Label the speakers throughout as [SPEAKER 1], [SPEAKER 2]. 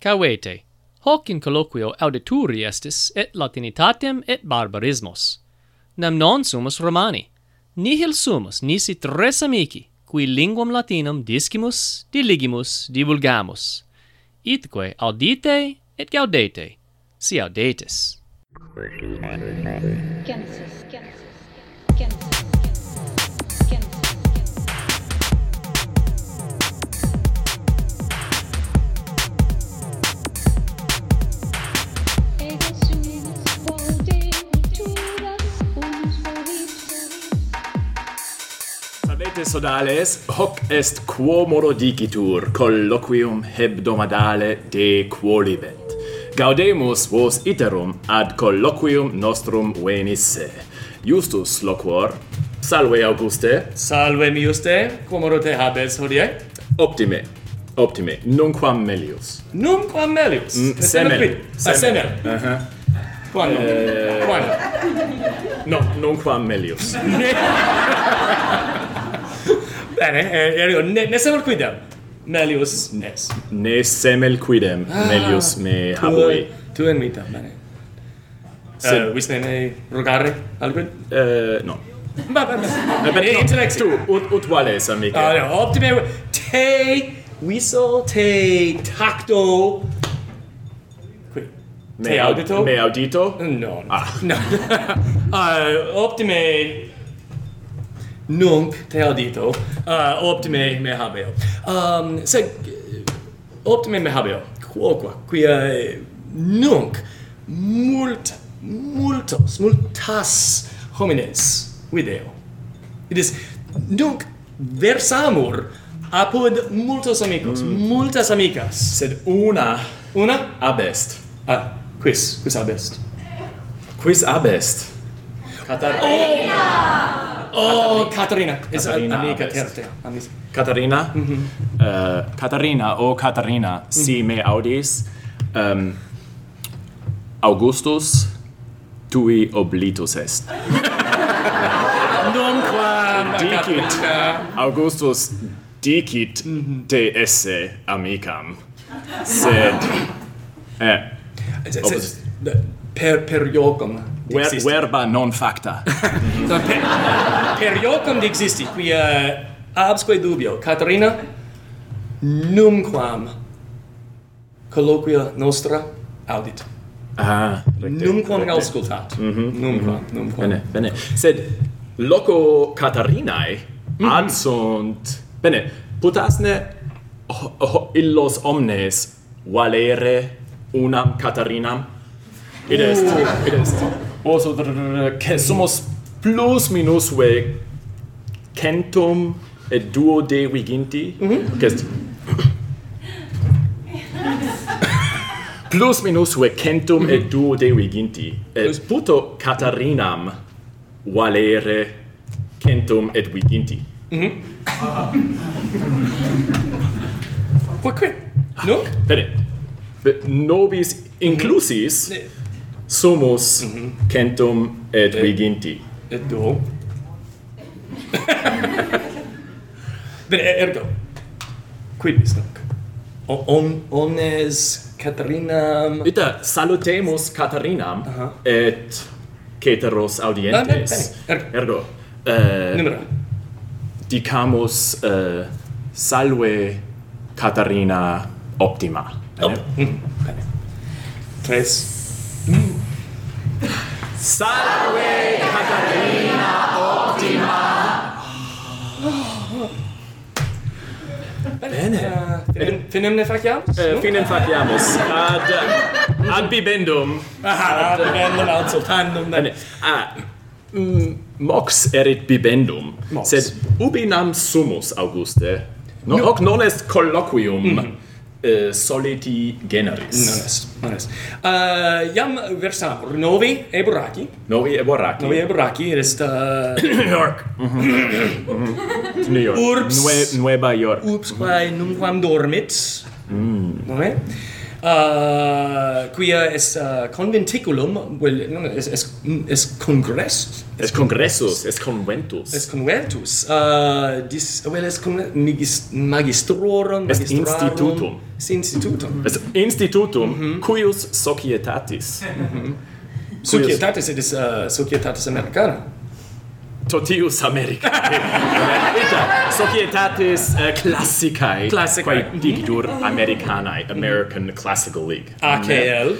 [SPEAKER 1] Cavete, hoc in colloquio audituri estis et latinitatem et barbarismos. Nam non sumus Romani, nihil sumus nisi tres amici, qui linguam latinam discimus, diligimus, divulgamus. Itque audite et gaudete, si audetis.
[SPEAKER 2] Kansas, Kansas, Kansas, Kansas, Kansas. Eres uns voldeturas, uns volitus.
[SPEAKER 3] Salvete sodales, hoc est quo modo dicitur, colloquium hebdomadale de quolibet. Gaudemus vos iterum ad colloquium nostrum venisse. Justus loquor, salve Auguste,
[SPEAKER 4] Salve miuste, quomodo te habes hodie?
[SPEAKER 3] optime, optime, nunquam melius.
[SPEAKER 4] Numquam melius. Mm,
[SPEAKER 3] semel.
[SPEAKER 4] Ah,
[SPEAKER 3] Semel.
[SPEAKER 4] semel. Eh. Uh-huh. Quando? Quando?
[SPEAKER 3] No, nunquam melius.
[SPEAKER 4] Bene, eh, ergo, ne, ne semel quidem. Melius nes.
[SPEAKER 3] Ne semel quidem melius me habui.
[SPEAKER 4] Ah, Tu en mitam, bene.
[SPEAKER 3] Sed-
[SPEAKER 4] Eh, Vis ne rogare alquid?
[SPEAKER 3] Eh, no. Eh,
[SPEAKER 4] Va, va, va.
[SPEAKER 3] no,
[SPEAKER 4] Bene, Eh, intellecti.
[SPEAKER 3] Tu, ut, ut vales, amica.
[SPEAKER 4] Ah, no, optime te whistle te tacto qui. Te
[SPEAKER 3] aud-
[SPEAKER 4] audito? Mm.
[SPEAKER 3] Me audito?
[SPEAKER 4] No, no.
[SPEAKER 3] Ah.
[SPEAKER 4] no. uh, optime nunc te audito, uh, optime me habeo. Um, sed eh, optime me habeo, quoque, quia eh, nunc multa, multos, multas homines video. It is nunc versamur apud multos amicos, multas amicas, sed
[SPEAKER 3] Mm. Una
[SPEAKER 4] una
[SPEAKER 3] abest.
[SPEAKER 4] Ah, quis, quis abest.
[SPEAKER 3] Quis abest? Catar
[SPEAKER 4] Oh, Katarina. Is
[SPEAKER 3] Katarina
[SPEAKER 4] amica
[SPEAKER 3] Abest.
[SPEAKER 4] terte. Amica.
[SPEAKER 3] Katarina? Eh, Katarina, o Katarina, si me audis, um, Augustus, tui oblitus est.
[SPEAKER 4] Nunquam
[SPEAKER 3] Dicit.
[SPEAKER 4] Katarina.
[SPEAKER 3] Augustus dicit te esse amicam, sed... Eh, Opus-
[SPEAKER 4] Per per iocum.
[SPEAKER 3] ver,
[SPEAKER 4] dixistit.
[SPEAKER 3] verba non facta.
[SPEAKER 4] No, Per, per iocum dixisti, quia absque dubio, Katarina, numquam colloquia nostra audit.
[SPEAKER 3] ah,
[SPEAKER 4] Numquam auscultat. Numquam,
[SPEAKER 3] Mhm.
[SPEAKER 4] numquam.
[SPEAKER 3] Bene, bene. Sed loco Catarinae ad sunt bene, putasne ho, ho, illos omnes valere unam Catarinam. Id est, id est. Os ut r- que sumus plus minusve centum et duo de viginti. Hoc est plus minus vecentum et duo de viginti et puto Catarinam valere centum et viginti
[SPEAKER 4] Quoque?
[SPEAKER 3] Ah.
[SPEAKER 4] Nunc?
[SPEAKER 3] bene Be- nobis inclusis
[SPEAKER 4] Ne- Mhm.
[SPEAKER 3] sumus centum et viginti
[SPEAKER 4] Et duo. Bene, e- ergo. Quidvis nunc. O- On, omnes Caterinam...
[SPEAKER 3] ita salutemus Catarinam
[SPEAKER 4] Aha.
[SPEAKER 3] et ceteros audientes
[SPEAKER 4] Ah, bene, bene.
[SPEAKER 3] ergo eh,
[SPEAKER 4] Numera.
[SPEAKER 3] dicamus eh, salve Catarina optima
[SPEAKER 4] Op. Mm, Bene. Tres.
[SPEAKER 3] Salve Catarina Optima! Bene.
[SPEAKER 4] Ah, finem- Finem ne faciamus?
[SPEAKER 3] Eh,
[SPEAKER 4] Nunc?
[SPEAKER 3] finem faciamus. Ad, ad bibendum.
[SPEAKER 4] Ah, bellum ad sultanum.
[SPEAKER 3] Bene. Ah, mm, mox erit bibendum.
[SPEAKER 4] Mox.
[SPEAKER 3] Sed ubi nam sumus, Auguste? No, hoc non est colloquium
[SPEAKER 4] Mm-hmm.
[SPEAKER 3] eh, soliti generis.
[SPEAKER 4] Non est, non est. Uh, iam versamur novi e buraci.
[SPEAKER 3] Novi eboraci.
[SPEAKER 4] Novi e buraci, it is uh,
[SPEAKER 3] New York. Mm-hmm. New York.
[SPEAKER 4] Urbs.
[SPEAKER 3] Nue, Nueva York.
[SPEAKER 4] ups quae numquam dormit. Mm. Nome? uh, quia est uh, conventiculum, well, no, no, es, es, es congress,
[SPEAKER 3] Es congressos, es conventus.
[SPEAKER 4] es conventus, uh, dis, well, es con, magis, magistrorum,
[SPEAKER 3] Est institutum.
[SPEAKER 4] magistrarum,
[SPEAKER 3] Mm.
[SPEAKER 4] Es institutum.
[SPEAKER 3] Es institutum
[SPEAKER 4] Mm-hmm.
[SPEAKER 3] cuius societatis.
[SPEAKER 4] Societatis, it is uh, Societatis Americana.
[SPEAKER 3] Totius America. Ita societatis uh, classicae.
[SPEAKER 4] Classicae.
[SPEAKER 3] Quae dicitur Americanae, American Classical League.
[SPEAKER 4] Ah, AKL.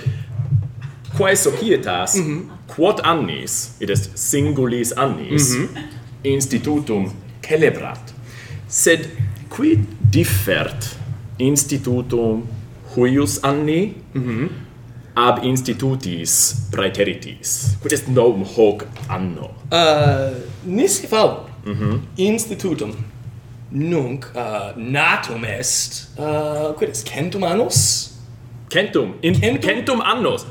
[SPEAKER 3] Quae societas, quod annis, it is singulis annis, institutum celebrat. Sed qui differt institutum huius anni ab institutis praeteritis, quid est novum hoc anno.
[SPEAKER 4] Uh, nisi favor.
[SPEAKER 3] Mhm.
[SPEAKER 4] Institutum. Nunc uh, natum est, uh, quid est, centum annos?
[SPEAKER 3] Centum, in,
[SPEAKER 4] Centum?
[SPEAKER 3] centum? annos.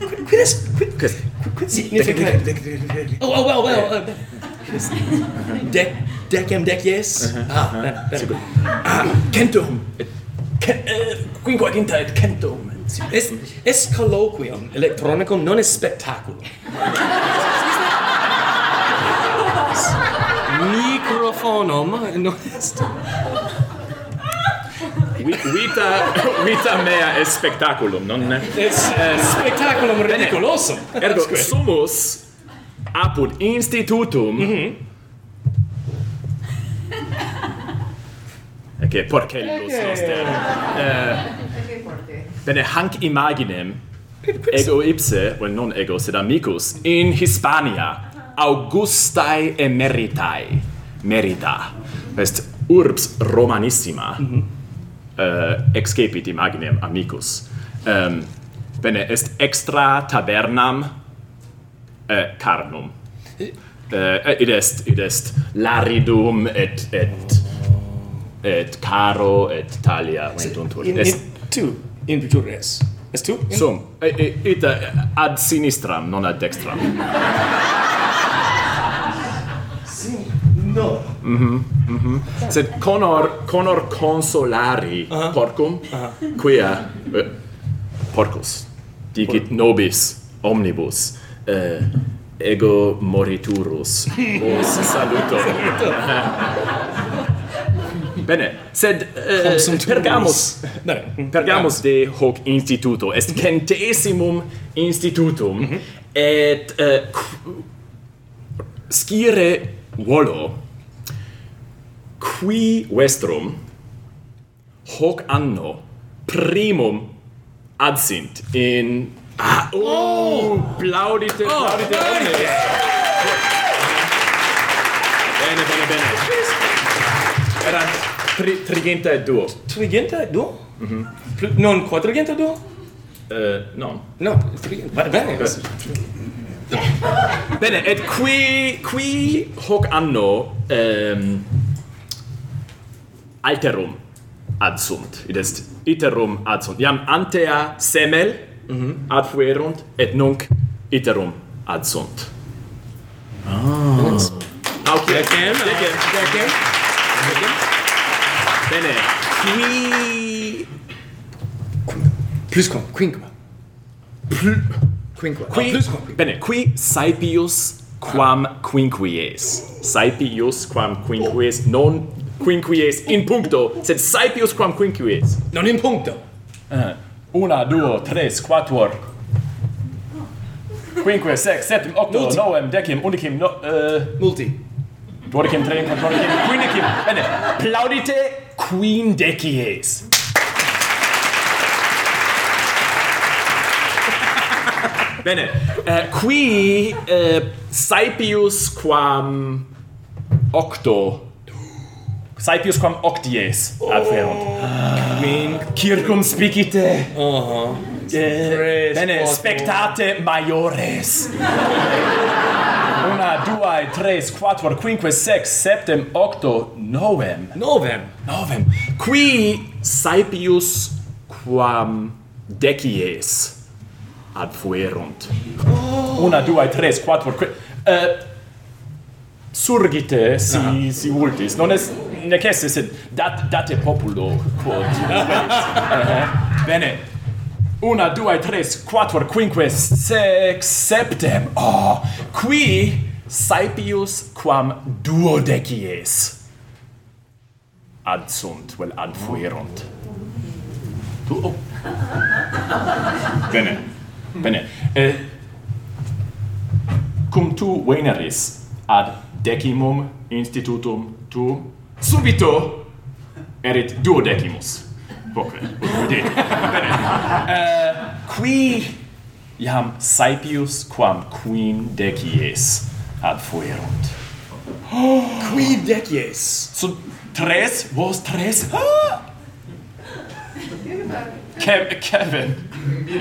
[SPEAKER 4] Quid, quid est, quid,
[SPEAKER 3] Quis-
[SPEAKER 4] quid significa? Oh, oh, well, well, uh, dec, decem decies? Ah, bene, bene. Ah, centum. Cen- eh, Quinqua quintae centum. Est, est colloquium electronicum non est spectaculum. Microfonum non est
[SPEAKER 3] Vi- Vita, vita mea est spectaculum, non?
[SPEAKER 4] Es eh, spectaculum ridiculosum.
[SPEAKER 3] Ergo,
[SPEAKER 4] That's great.
[SPEAKER 3] sumus apud institutum. Ecce, porcellus noster. Eh, Bene, hanc imaginem, ego ipse, well, non ego, sed amicus, in Hispania, Augustae emeritae, merita, est urbs romanissima, uh, excepit imaginem amicus. Um, bene, est extra tabernam uh, carnum. Uh, id est, id est laridum et, et, et caro et talia ventuntur.
[SPEAKER 4] In,
[SPEAKER 3] Est,
[SPEAKER 4] in tu, in vitur res. Est tu? In-
[SPEAKER 3] sum, e- e- id uh, ad sinistram, non ad dextram.
[SPEAKER 4] No.
[SPEAKER 3] Sed conor, conor consolari porcum, quia, uh, porcus, dicit nobis omnibus, uh, ego moriturus, os saluto. Bene, sed uh,
[SPEAKER 4] Consum tuus.
[SPEAKER 3] pergamus,
[SPEAKER 4] Bene.
[SPEAKER 3] Pergamus de hoc instituto est centesimum institutum et uh, scire volo qui vestrum hoc anno primum adsint in ah, oh, plaudite plaudite omnes. bene bene bene erat tri, trigenta et duo
[SPEAKER 4] Trigenta duo? Pl- Non quadrigenta duo?
[SPEAKER 3] uh, non
[SPEAKER 4] No, trigenta. Bene. es-
[SPEAKER 3] Bene, et qui qui hoc anno ehm alterum ad sunt. Id est iterum ad sunt. Iam antea semel ad fuerunt et nunc iterum ad sunt. Ah. Okay.
[SPEAKER 4] Decem, ah,
[SPEAKER 3] Decem.
[SPEAKER 4] decem.
[SPEAKER 3] Bene. Qui
[SPEAKER 4] Plusquam, quinquam. Quinquam.
[SPEAKER 3] qui
[SPEAKER 4] Ah, Plusquam.
[SPEAKER 3] bene, qui saepius quam quinquies. Saepius quam quinquies non quinquies in puncto, sed saepius quam quinquies.
[SPEAKER 4] Non in puncto.
[SPEAKER 3] Una, duo, tres, quattuor. Quinque, sex, septim, octo,
[SPEAKER 4] Multi.
[SPEAKER 3] novem, decim, undicim, no, uh,
[SPEAKER 4] Multi.
[SPEAKER 3] duodecim, tredicim, quattuordicim, quindicim. Bene, plaudite quindecies. Bene, eh, qui eh, saepius quam octo Saepius quam octies ad ferunt. Circum spicite. Uh-huh.
[SPEAKER 4] Tres,
[SPEAKER 3] Eh, bene,
[SPEAKER 4] quattuor.
[SPEAKER 3] spectate maiores. Una, duae, tres, quattuor, quinque, sex, septem, octo, novem.
[SPEAKER 4] Novem.
[SPEAKER 3] Novem. Qui saepius quam decies ad fuerunt. Una, duae, tres, quattuor, quinque... Uh, Eh, surgite si si vultis non est necesse sed dat date populo quod uh bene una dua tres quattro quinque sex septem oh qui saepius quam duodecies ad sunt vel ad fuerunt tu oh. bene bene eh, cum tu veneris ad decimum institutum tu subito erit duodecimus quoque ude Eh, qui iam saepius quam quindecies ad fuerunt
[SPEAKER 4] Qui decies?
[SPEAKER 3] sub tres vos tres ah! Kev Kevin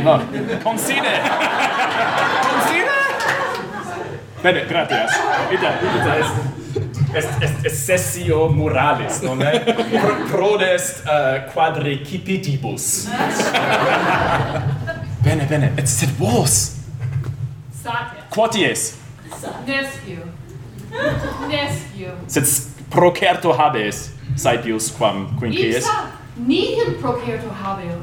[SPEAKER 3] no consider consider Bene, gratias. Ita, ita est, est, est, est sessio muralis, non è? Pro, prodest uh, quadricipitibus. bene, bene. Et sed vos,
[SPEAKER 5] Sate.
[SPEAKER 3] quoties,
[SPEAKER 5] Nescio. Nescio.
[SPEAKER 3] sed s- procerto habes, saepius quam quinquies.
[SPEAKER 5] Ipsa nihil procerto habeo.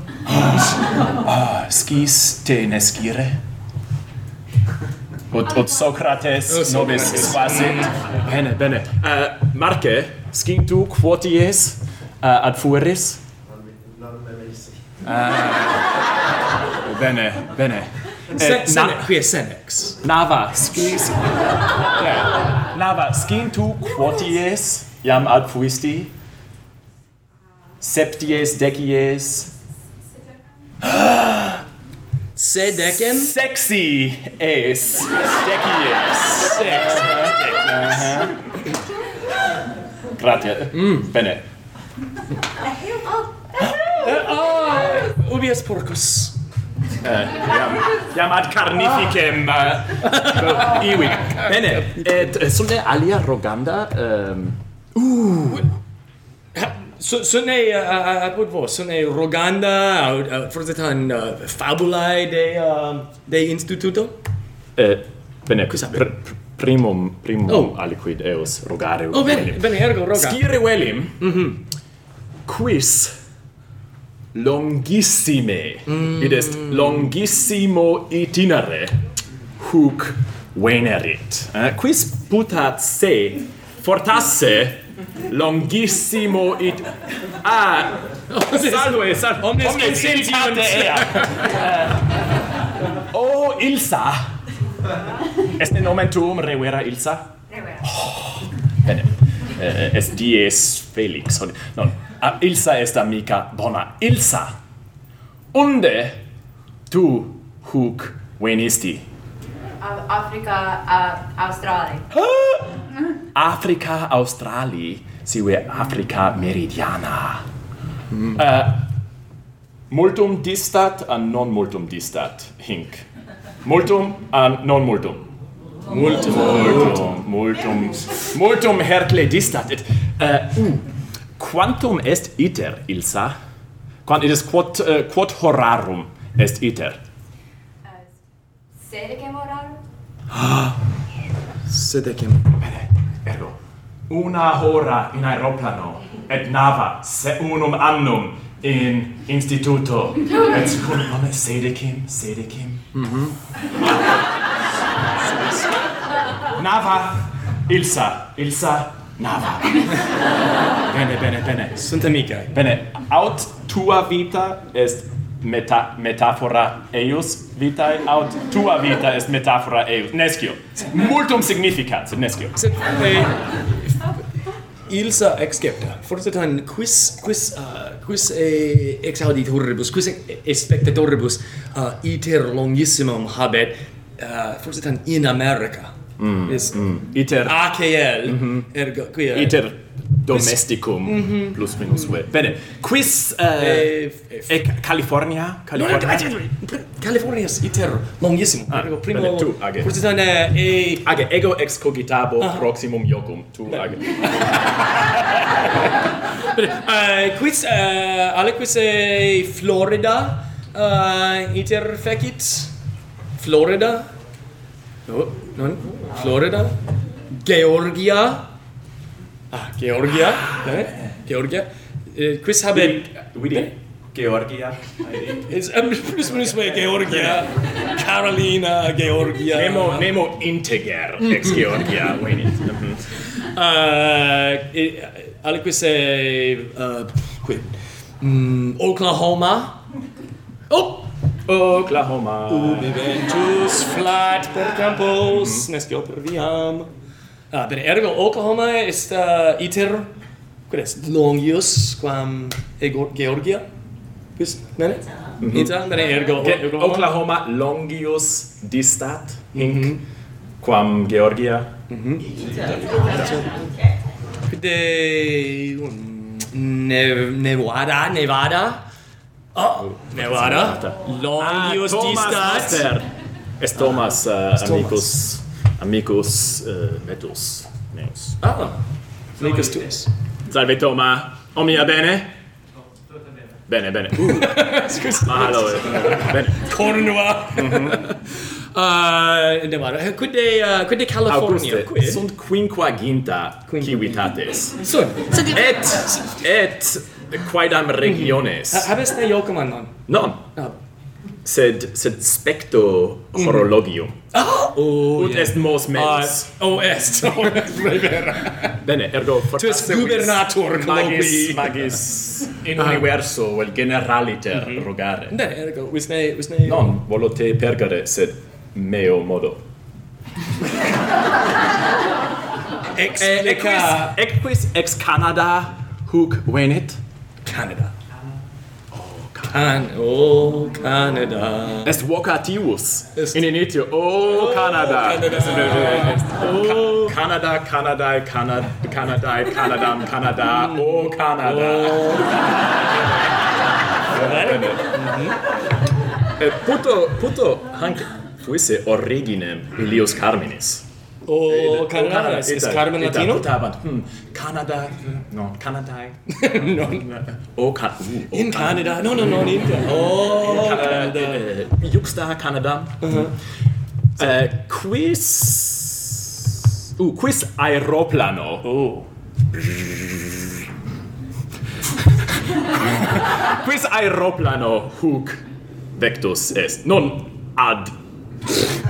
[SPEAKER 3] Skis te nescire? Ot, ot Socrates
[SPEAKER 4] Ot
[SPEAKER 3] nobis
[SPEAKER 4] Socrates.
[SPEAKER 3] spasit. Bene, bene.
[SPEAKER 4] Eh,
[SPEAKER 3] Uh, Marce, scintu quoties
[SPEAKER 4] Eh,
[SPEAKER 3] uh, ad fueris? Uh, Eh, bene, bene.
[SPEAKER 4] Se,
[SPEAKER 3] Eh,
[SPEAKER 4] sene,
[SPEAKER 3] na,
[SPEAKER 4] qui est senex.
[SPEAKER 3] nava, skis... yeah. Nava, scintu quoties iam ad fuisti? Septies, decies,
[SPEAKER 4] Sedecem?
[SPEAKER 3] Sexy ace. Decky ace. Sex. Uh-huh. Grazie. Bene.
[SPEAKER 4] Ubi est porcus?
[SPEAKER 3] Iam ad carnificem uh, iwi. Bene. Et eh, sunt alia roganda um,
[SPEAKER 4] So, sone uh, ad ut vos, sone roganda, aut, aut forsetan uh, fabulae de, um, de instituto?
[SPEAKER 3] eh, bene, quis pr pr primum primum
[SPEAKER 4] Oh.
[SPEAKER 3] aliquid eos rogare.
[SPEAKER 4] Oh, bene, bene, ergo roga.
[SPEAKER 3] Scire velim. Mhm. Quis longissime. Id est longissimo itinere huc venerit. Eh, quis putat se fortasse longissimo it ah salve salve
[SPEAKER 4] Omnes
[SPEAKER 3] sentiens ea Eh, o ilsa est in momentum revera ilsa Bene. Eh, est dies Felix. Hod- Non. Ah, Ilsa est amica bona. Ilsa. Unde tu huc venisti?
[SPEAKER 6] Africa, uh, Australia.
[SPEAKER 3] Africa Australi, sive Africa Meridiana. Uh, multum distat an non multum distat, hinc. Multum an non multum. Multum, multum, multum, multum hercle distat. Et, uh, uh, quantum est iter, Ilsa? Quant, it is quod, uh, quod horarum est iter?
[SPEAKER 6] Sedecem horarum?
[SPEAKER 4] Sedecem.
[SPEAKER 3] Ergo, una hora in aeroplano, et nava se unum annum in instituto. et cum nome sedicim, sedicim. Mm nava, Ilsa, Ilsa, nava. bene, bene, bene.
[SPEAKER 4] Sunt amicae.
[SPEAKER 3] Bene, aut tua vita est meta metafora eius vitae, aut tua vita est metafora eius. Nescio. Multum significat, sed nescio.
[SPEAKER 4] Sed quae Ilsa excepta. Forsetan quis quis uh, quis e ex auditoribus, quis e, e spectatoribus uh, iter longissimum habet uh, forsetan in America. Mm, is mm. Mm-hmm.
[SPEAKER 3] Iter ah,
[SPEAKER 4] AKL ergo quia
[SPEAKER 3] iter domesticum plus minus ve. Bene. Quis eh,
[SPEAKER 4] Mhm. eh, f-
[SPEAKER 3] eh, California?
[SPEAKER 4] No, no,
[SPEAKER 3] California.
[SPEAKER 4] California is iter longissimum. Ah, ergo primo
[SPEAKER 3] bene, tu, age.
[SPEAKER 4] forsetan eh, e
[SPEAKER 3] Age ego excogitabo
[SPEAKER 4] Ah.
[SPEAKER 3] proximum jocum. Tu age.
[SPEAKER 4] uh, quis uh, aliquis eh, Florida uh, iter fecit Florida no non Florida Georgia. Ah, Georgia. Ne? Georgia. Äh, Quiz habe.
[SPEAKER 3] Widi. Georgia.
[SPEAKER 4] Ist ähm, plus minus mehr Georgia. Carolina, Georgia.
[SPEAKER 3] Nemo, Nemo integer
[SPEAKER 4] Mm.
[SPEAKER 3] ex Georgia. Wait. Mhm.
[SPEAKER 4] Eh, eh, alle queste eh, qui. Mm, Oklahoma. Oh!
[SPEAKER 3] Oklahoma.
[SPEAKER 4] Ubi ventus flat per campos, nescio per viam. Ah, bene, ergo Oklahoma est uh, iter, quid est, longius, quam ego, Georgia, Mhm. quis, bene? Ita, bene, ergo
[SPEAKER 3] Ge-
[SPEAKER 4] Oklahoma.
[SPEAKER 3] Oklahoma longius distat hinc
[SPEAKER 4] Mhm.
[SPEAKER 3] quam Georgia
[SPEAKER 4] Quid um, ne, Nevada, Nevada. Oh, Nevada. Longius
[SPEAKER 3] Ah, Thomas
[SPEAKER 4] distat.
[SPEAKER 3] Master. Est Thomas uh,
[SPEAKER 4] Ah, Thomas.
[SPEAKER 3] amicus amicus uh, metus meus.
[SPEAKER 4] Ah, Lucas tuus.
[SPEAKER 3] Salve Toma. Omnia bene? Bene, bene. Uh, eh. ma allora, bene.
[SPEAKER 4] Cornua. Uh, Nevada. Quid de, uh, quid de California?
[SPEAKER 3] Auguste,
[SPEAKER 4] Quid?
[SPEAKER 3] sunt quinquaginta
[SPEAKER 4] Quinqu-
[SPEAKER 3] civitates.
[SPEAKER 4] Sun.
[SPEAKER 3] Et et quaedam regiones.
[SPEAKER 4] Habes ne jocum annon.
[SPEAKER 3] Non,
[SPEAKER 4] Ah.
[SPEAKER 3] sed sed specto horologium.
[SPEAKER 4] Oh,
[SPEAKER 3] Ut est mos
[SPEAKER 4] Uh,
[SPEAKER 3] mens.
[SPEAKER 4] oh, est. Oh, est. Re vera.
[SPEAKER 3] Bene, ergo
[SPEAKER 4] Tu est
[SPEAKER 3] fortasse
[SPEAKER 4] gubernator
[SPEAKER 3] magis Ah.
[SPEAKER 4] colloqui.
[SPEAKER 3] magis in universo vel generaliter rogare.
[SPEAKER 4] Ne, ergo, usne, usne.
[SPEAKER 3] Non volo te pergare, sed meo modo.
[SPEAKER 4] Eh, Explica.
[SPEAKER 3] Equis ex Canada huc venit?
[SPEAKER 4] Canada. Can oh Canada.
[SPEAKER 3] Est vocativus.
[SPEAKER 4] Est- Oh,
[SPEAKER 3] In initio. O Canada. Canada. Canada, Canadae, Canada, Canadae, Canadam, Canada. O Canada. Bene.
[SPEAKER 4] Oh.
[SPEAKER 3] Eh, Puto, puto, hanc fuisse originem ilius carminis.
[SPEAKER 4] Oh Canada. Is, is
[SPEAKER 3] Ita-
[SPEAKER 4] Carmen
[SPEAKER 3] Ita-
[SPEAKER 4] Latino?
[SPEAKER 3] Ita- Ita- Hmm. Canada. No. Canadae.
[SPEAKER 4] no.
[SPEAKER 3] O Ca- ooh, o
[SPEAKER 4] In Canada. No, no, no, in India.
[SPEAKER 7] Mm-hmm.
[SPEAKER 4] Oh Canada.
[SPEAKER 3] Canada. Juxta Canada.
[SPEAKER 4] Uh-huh.
[SPEAKER 3] Eh, Quis... Uh, quis aeroplano?
[SPEAKER 4] Oh.
[SPEAKER 3] Quis aeroplano huc vectus est? Non ad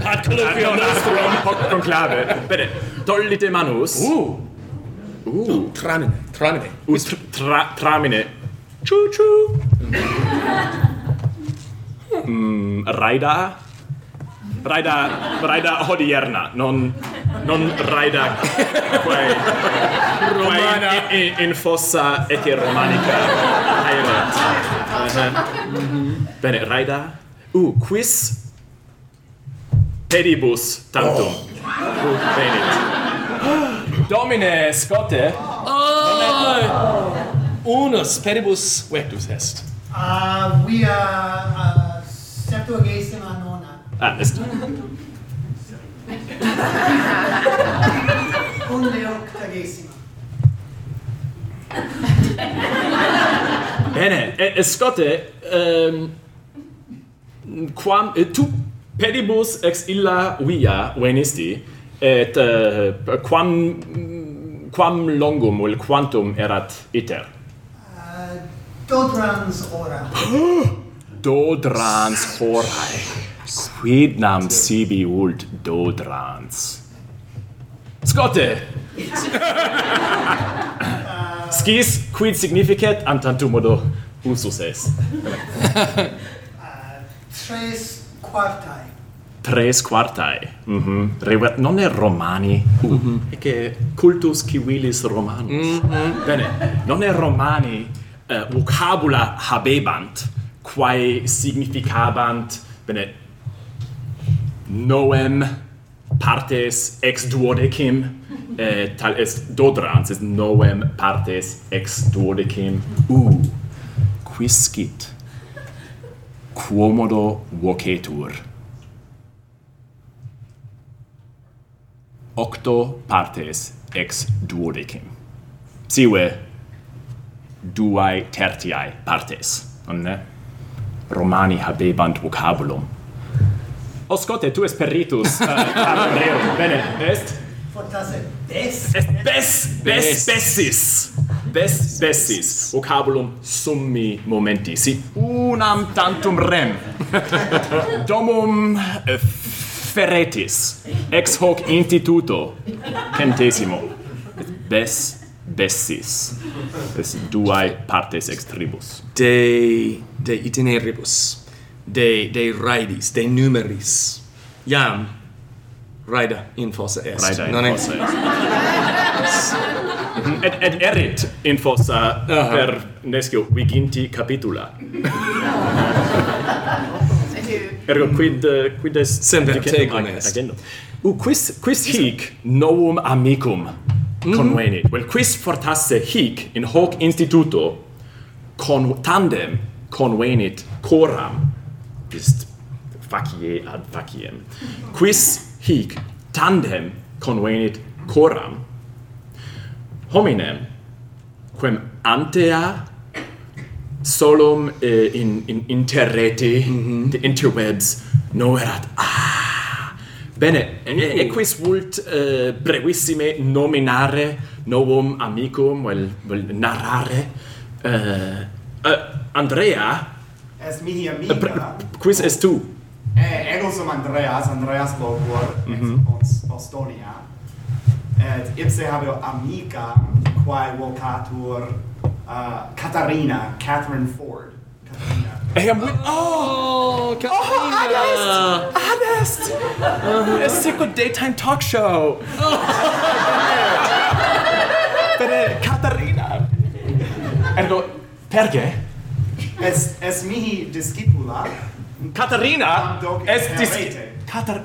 [SPEAKER 4] Ad colloquium nostrum.
[SPEAKER 3] hoc conclave. Bene, tollite manus.
[SPEAKER 4] Ooh.
[SPEAKER 3] Uh,
[SPEAKER 4] Tramine. Tramine.
[SPEAKER 3] ut tra, tramine. Ciu ciu. Mm, raida? Raida, raida hodierna, non, non raida quae,
[SPEAKER 4] Romana.
[SPEAKER 3] quae in, in, in fossa ete romanica haeret. Mhm. Bene, raida. Uh, quis pedibus tantum. Uh, venit. Domine Scotte,
[SPEAKER 4] Oh. Unus peribus vectus est.
[SPEAKER 8] Uh, we are uh, septuagesima nona.
[SPEAKER 3] Ah, ist.
[SPEAKER 8] Undeoctagesima.
[SPEAKER 3] Bene, e, e Scotte, ehm, quam e tu pedibus ex illa via venisti, et eh, quam, quam longum ul quantum erat iter?
[SPEAKER 8] Uh, Dodrans ora.
[SPEAKER 3] Dodrans horae, quid nam sibi ult dodrans? Scotte! Scis quid significet antantum modo usus est?
[SPEAKER 8] Tres quartae.
[SPEAKER 3] tres quartae. Mhm. Rever- non è romani. Uh, ecce cultus civilis romanus. Bene, non è romani eh, vocabula habebant, quae significabant, bene, noem partes ex duodecim, eh, tal est dodrans, est noem partes ex duodecim. Uh, quiscit quomodo vocetur. octo partes ex duodecim. Sive duae tertiae partes, onne? Romani habebant vocabulum. Oscote, tu esperitus, uh, reum. eh, Bene, est?
[SPEAKER 8] fortasse des.
[SPEAKER 3] Bes, bes, bessis. Bes, bessis. Vocabulum summi momenti. Si unam tantum rem. Domum eh, ferretis. Ex hoc instituto. Centesimo. Bes, bessis. Es duae partes ex tribus.
[SPEAKER 7] de de itineribus de de ridis de numeris iam rida in fossa est
[SPEAKER 3] Raida in
[SPEAKER 7] non
[SPEAKER 3] fossa est. et, et erit in fossa per nescio viginti capitula. Ergo quid eh, quid est
[SPEAKER 7] Semper
[SPEAKER 3] dicendum
[SPEAKER 7] tecum
[SPEAKER 3] ag-
[SPEAKER 7] est.
[SPEAKER 3] agendum. U quis quis hic novum amicum Mm-hmm. convenit. Vel quis fortasse hic in hoc instituto con tandem convenit coram ist facie ad faciem quis hic tandem convenit coram hominem quem antea solum eh, in, in interrete
[SPEAKER 7] Mhm.
[SPEAKER 3] the interwebs noerat ah bene e-
[SPEAKER 7] Oh.
[SPEAKER 3] equis vult eh, brevissime nominare novum amicum vel, vel narrare eh, eh, Andrea
[SPEAKER 9] Es mihi
[SPEAKER 3] Pre-
[SPEAKER 9] amica.
[SPEAKER 7] Oh.
[SPEAKER 3] Quiz est tu.
[SPEAKER 9] Eh, ego sum Andreas, Andreas Locor, ex Bos- Bostonia. Et ipse habeo amicam, quae vocatur uh, Catarina, Catherine Ford. Catarina.
[SPEAKER 3] Ehem,
[SPEAKER 7] oh oh honest honest a secret daytime talk show
[SPEAKER 3] per Catarina. Ergo, perge?
[SPEAKER 9] Es, es mihi discipula.
[SPEAKER 3] Catarina
[SPEAKER 9] Doc
[SPEAKER 3] est dis...
[SPEAKER 9] errete.
[SPEAKER 3] Catar...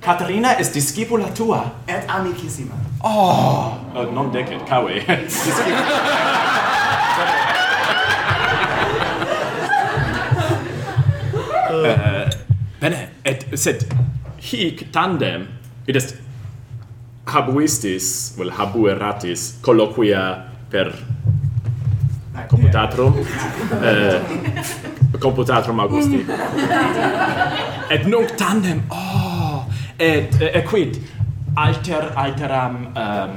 [SPEAKER 3] Catarina est discipula tua.
[SPEAKER 9] Et amicissima.
[SPEAKER 3] Uh, non decet, cave. Eh, Bene, et sed hic tandem id est habuistis, vel habueratis colloquia per
[SPEAKER 9] Like,
[SPEAKER 3] computatrum eh, computatrum Augusti et nunc tandem oh et eh, eh, quid alter alteram um,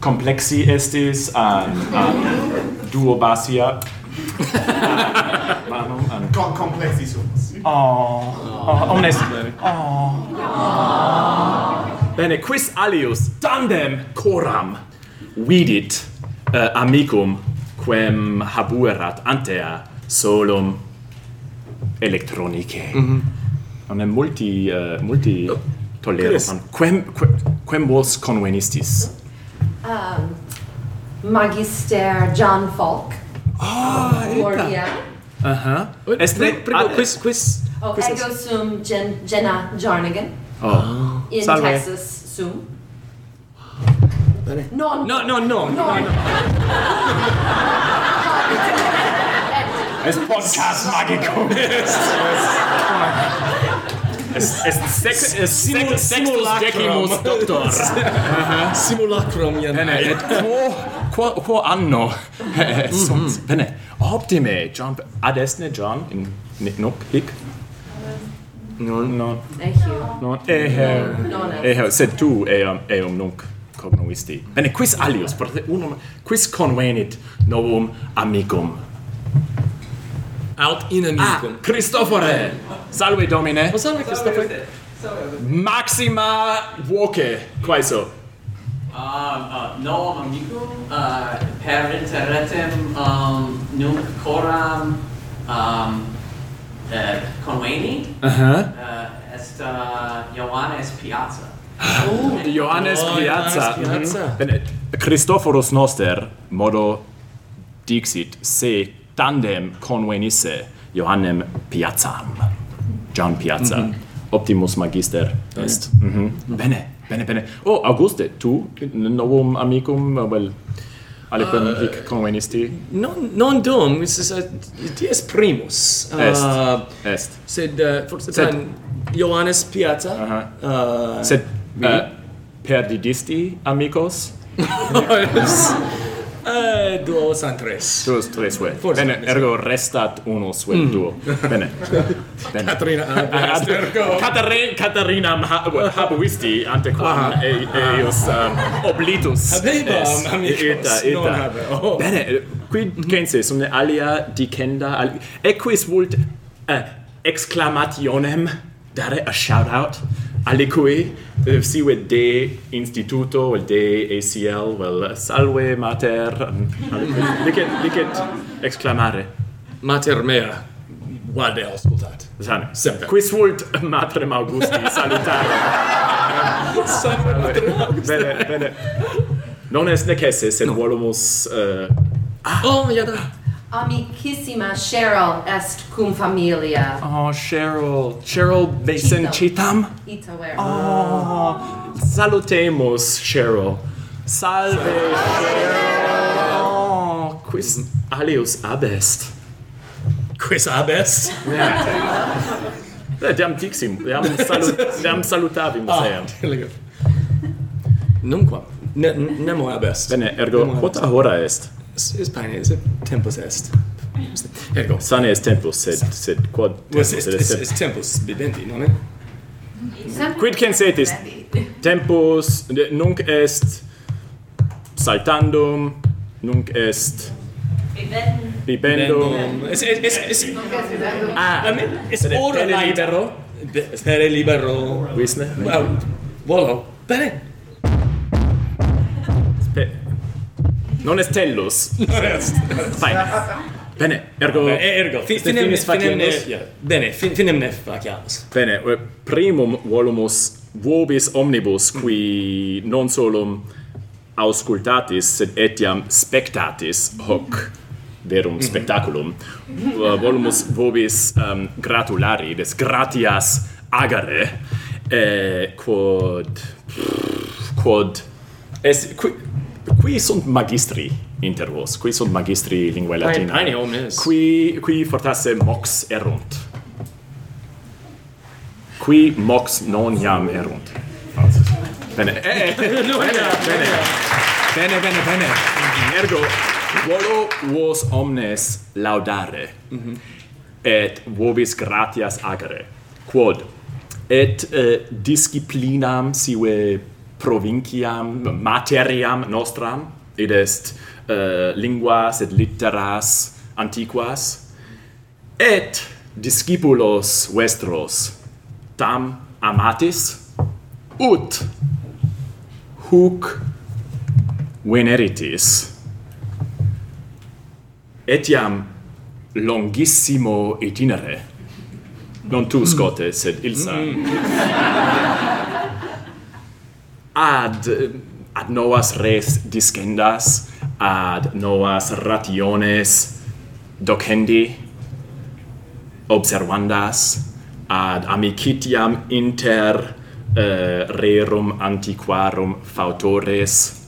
[SPEAKER 3] complexi estis an an duobasia manum an
[SPEAKER 9] Com complexi sumus.
[SPEAKER 3] Oh, omnes. Bene, quis alius tandem coram vidit uh, amicum quem habuerat antea solum electronice. Mm -hmm. multi uh, multi tolerant quem, quem quem vos convenistis.
[SPEAKER 6] Um, Magister John Falk. Oh, Gloria.
[SPEAKER 3] Est
[SPEAKER 7] Pre- prego, ah, quis quis
[SPEAKER 6] Oh,
[SPEAKER 7] quis
[SPEAKER 6] ego sum Jen, Jenna Jarnigan.
[SPEAKER 3] Oh.
[SPEAKER 6] In
[SPEAKER 7] Salve.
[SPEAKER 6] Texas sum. Non.
[SPEAKER 7] no no no no
[SPEAKER 3] Es podcast magicum est. Es est sex es
[SPEAKER 7] Simul-
[SPEAKER 3] sex sextus decimus
[SPEAKER 7] simulacrum.
[SPEAKER 3] doctor.
[SPEAKER 7] simulacrum iam
[SPEAKER 3] Bene, et quo quo quo anno eh, sunt bene optime John ad estne John in ni- noc hic non non
[SPEAKER 6] Thank you.
[SPEAKER 3] non eh
[SPEAKER 6] Non est.
[SPEAKER 3] eh sed tu eam eam nunc cognovisti bene quis alius per te unum quis convenit novum amicum Ah,
[SPEAKER 7] out in amicum
[SPEAKER 3] Cristofore salve domine
[SPEAKER 7] was that Christopher
[SPEAKER 3] maxima voce quaeso
[SPEAKER 10] Um, uh, noam amicum, uh, per interretem, um, nunc coram, um, uh, conveni,
[SPEAKER 3] uh-huh.
[SPEAKER 10] uh, est, uh, Ioannes Piazza.
[SPEAKER 3] Johannes
[SPEAKER 7] Oh,
[SPEAKER 3] Piazza.
[SPEAKER 7] Johannes Piazza.
[SPEAKER 3] Mhm. Bene, Christophorus noster modo dixit se tandem convenisse Johannem Piazzam. John Piazza.
[SPEAKER 7] Mhm.
[SPEAKER 3] Optimus magister est. Mhm. Bene, bene, bene. Oh, Auguste, tu novum amicum, eh, well, aliquem
[SPEAKER 7] Uh,
[SPEAKER 3] hic convenisti
[SPEAKER 7] non non dum quis is a dies primus
[SPEAKER 3] Est.
[SPEAKER 7] Uh,
[SPEAKER 3] est.
[SPEAKER 7] sed uh, forse
[SPEAKER 3] Sed- Uh-huh.
[SPEAKER 7] tan Ioannis Piazza uh,
[SPEAKER 3] Sed eh, perdidisti amicos?
[SPEAKER 7] Yes. Eh, duos antres.
[SPEAKER 3] Dos, tre sue.
[SPEAKER 7] Forse.
[SPEAKER 3] Bene, ergo restat uno sue duo. Bene. Bene.
[SPEAKER 7] Katrina
[SPEAKER 3] Ah,
[SPEAKER 7] ad ergo.
[SPEAKER 3] Catare- Catarinam ha- habuisti ante quam
[SPEAKER 7] Aha.
[SPEAKER 3] e- eius um, oblitus.
[SPEAKER 7] Habebam,
[SPEAKER 3] est.
[SPEAKER 7] amicos,
[SPEAKER 3] Eta, eta.
[SPEAKER 7] non habe. Oh. Mhm.
[SPEAKER 3] Bene, eh, quid censes sum alia dicenda al equis vult eh, exclamationem dare a shout out aliqui eh, sive de instituto vel de ACL vel eh, salve mater um, aliqui licet licet exclamare
[SPEAKER 7] Mater mea, valde auscultat.
[SPEAKER 3] sane
[SPEAKER 7] Semper.
[SPEAKER 3] quis vult matrem Augusti salutare bene bene non est necesse sed volumus eh,
[SPEAKER 7] Oh, ja da.
[SPEAKER 6] Amicissima Cheryl est cum familia.
[SPEAKER 3] Oh, Cheryl. Cheryl Besencitam.
[SPEAKER 6] Ita where?
[SPEAKER 3] Oh, salutemus, Cheryl. Salve, Cheryl. Oh, quis alius abest.
[SPEAKER 7] Quis abest?
[SPEAKER 3] Eh, Deam dixim, deam, salut, deam salutavimus
[SPEAKER 7] Ah.
[SPEAKER 3] eam.
[SPEAKER 7] Delicat. Numquam, ne, n- nemo abest.
[SPEAKER 3] Bene, ergo,
[SPEAKER 7] Nemo
[SPEAKER 3] quota
[SPEAKER 7] abest.
[SPEAKER 3] hora est?
[SPEAKER 7] Is, is pane, is it tempus est? Ergo,
[SPEAKER 3] Sane est tempus, sed, sed quod
[SPEAKER 7] was
[SPEAKER 3] tempus
[SPEAKER 7] est,
[SPEAKER 3] est
[SPEAKER 7] est,
[SPEAKER 3] tempus.
[SPEAKER 7] est tempus bibendi, non è?
[SPEAKER 3] Quid censetis? Tempus de- nunc est saltandum, nunc est bibendum.
[SPEAKER 7] Es, es, es, es,
[SPEAKER 3] Ah,
[SPEAKER 7] I mean, es
[SPEAKER 3] bene,
[SPEAKER 7] ora
[SPEAKER 3] bene,
[SPEAKER 7] libero. Be- Essere libero.
[SPEAKER 3] Visne?
[SPEAKER 7] Wow, volo. Bene.
[SPEAKER 3] Pe- non est tellus. Fine. Bene, ergo...
[SPEAKER 7] Eh, Ergo, fi-
[SPEAKER 3] Este
[SPEAKER 7] finem,
[SPEAKER 3] finis
[SPEAKER 7] finem ne,
[SPEAKER 3] faciamus?
[SPEAKER 7] ja. bene, fin, finem ne faciamus.
[SPEAKER 3] Bene, eh, primum volumus vobis omnibus qui non solum auscultatis, sed etiam spectatis hoc verum spectaculum. Eh, volumus vobis um, gratulari, des gratias agare, eh, quod... quod... Es, qui, qui sunt magistri inter vos, qui sunt magistri linguae
[SPEAKER 7] Pane,
[SPEAKER 3] latinae.
[SPEAKER 7] pane omnes.
[SPEAKER 3] Qui qui fortasse mox erunt. Qui mox non iam erunt. Bene. Eh, eh, bene, bene.
[SPEAKER 7] Bene, bene, bene.
[SPEAKER 3] Ergo volo vos omnes laudare. Et vobis gratias agere. Quod et eh, disciplinam sive provinciam materiam nostram id est eh, linguas et litteras antiquas et discipulos vestros tam amatis ut huc veneritis etiam longissimo itinere non tu scote sed ilsa ad ad novas res discendas ad novas rationes docendi observandas ad amicitiam inter uh, rerum antiquarum fautores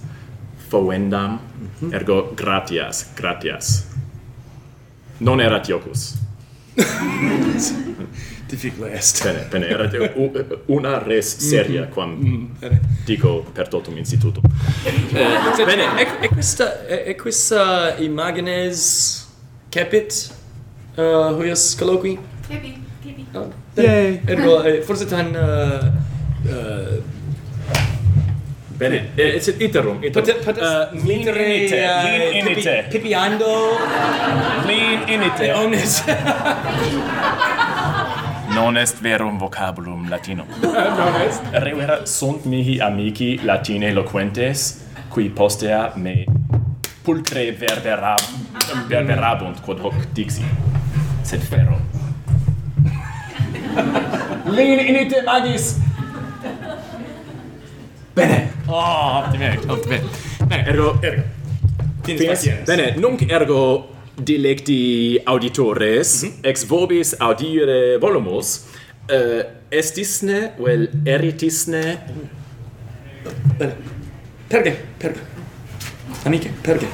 [SPEAKER 3] foendam ergo gratias gratias non erat iocus
[SPEAKER 7] Difficile est. Mm-hmm.
[SPEAKER 3] bene bene erat u- una res seria quam
[SPEAKER 7] Bene.
[SPEAKER 3] dico per totum institutum
[SPEAKER 7] Sed, bene, e, e questa, e, e questa imagines capit uh, huius colloqui?
[SPEAKER 5] Kippy, Kippy.
[SPEAKER 7] Oh, Yay! Ergo, eh, forse tan... Uh, uh,
[SPEAKER 3] bene eh, sed iterum iterum
[SPEAKER 7] Pote, potes
[SPEAKER 4] uh,
[SPEAKER 3] Eh, lean in ite,
[SPEAKER 7] uh,
[SPEAKER 3] lean in
[SPEAKER 7] pipi-
[SPEAKER 3] ite.
[SPEAKER 7] Pipiando
[SPEAKER 3] Clean in
[SPEAKER 7] eh,
[SPEAKER 4] Oh,
[SPEAKER 3] ite.
[SPEAKER 7] omnes.
[SPEAKER 3] Non est verum vocabulum latinum. Revera sunt mihi amici latine loquentes, qui postea me pulcre verberab, verberabunt quod hoc dixi. Sed ferro. Lean in ite magis! Bene! Oh, optime, optime. Bene, ergo, ergo.
[SPEAKER 7] Finis faciamus.
[SPEAKER 3] Bene, nunc ergo dilecti auditores ex vobis audire volumus uh, estisne vel eritisne
[SPEAKER 7] Perché? Perché? Amiche, perché?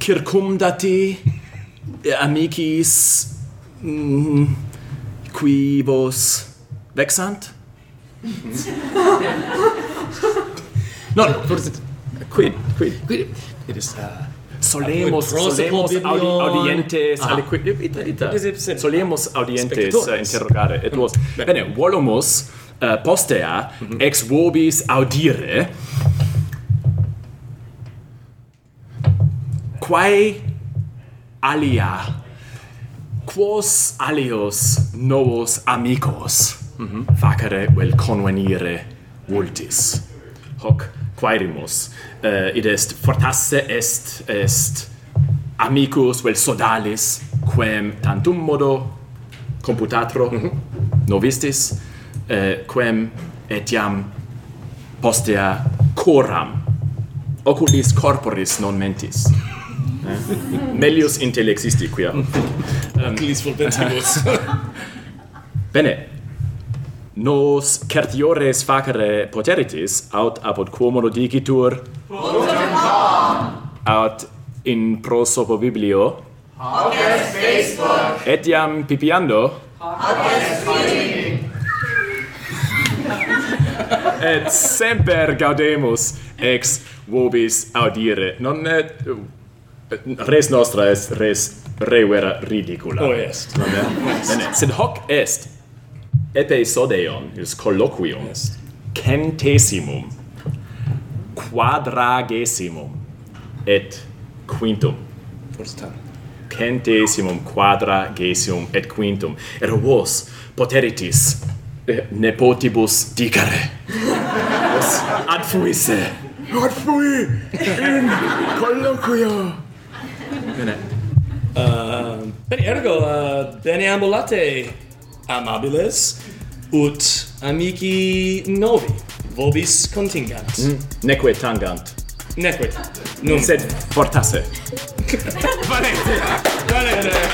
[SPEAKER 3] circumdati eh, amicis mm, qui vos vexant?
[SPEAKER 7] No, no, forse...
[SPEAKER 3] quid quid
[SPEAKER 7] quid it is uh,
[SPEAKER 3] Solemos,
[SPEAKER 7] Quid prosit
[SPEAKER 3] solemos
[SPEAKER 7] biblion.
[SPEAKER 3] audi, audientes,
[SPEAKER 7] Ah.
[SPEAKER 3] aliquid, ita, ita.
[SPEAKER 7] Quid ipsum.
[SPEAKER 3] Solemos audientes
[SPEAKER 7] Spectores.
[SPEAKER 3] uh, interrogare, et vos, bene, volumus uh, postea ex vobis audire, quae alia, quos alios novos amicos facere vel convenire vultis. Hoc quaerimus, uh, id est fortasse est, est amicus vel sodalis, quem tantum modo computatro novistis, eh, quem etiam postea coram oculis corporis non mentis. Eh? Melius intellexisti quia.
[SPEAKER 7] please volventibus
[SPEAKER 3] Bene. Nos certiores facere poteritis, aut apud quomodo dicitur, aut in prosopo biblio, etiam pipiando, et semper gaudemus ex vobis audire. Non et uh, res nostra est res revera ridicula.
[SPEAKER 7] oh yes
[SPEAKER 3] Bene, sed hoc est episodion, is colloquium,
[SPEAKER 7] Est.
[SPEAKER 3] centesimum, quadragesimum, et quintum,
[SPEAKER 7] first time
[SPEAKER 3] centesimum, quadragesimum, et quintum, et vos poteritis eh, nepotibus dicere. Vos ad fuisse, ad fui in colloquio.
[SPEAKER 4] Um, bene, ergo, uh, bene ambulate, amabiles, ut amici novi, vobis contingant.
[SPEAKER 3] Mm, Neque tangant,
[SPEAKER 4] Neque, nunc.
[SPEAKER 3] sed fortasse.
[SPEAKER 4] Bene, bene.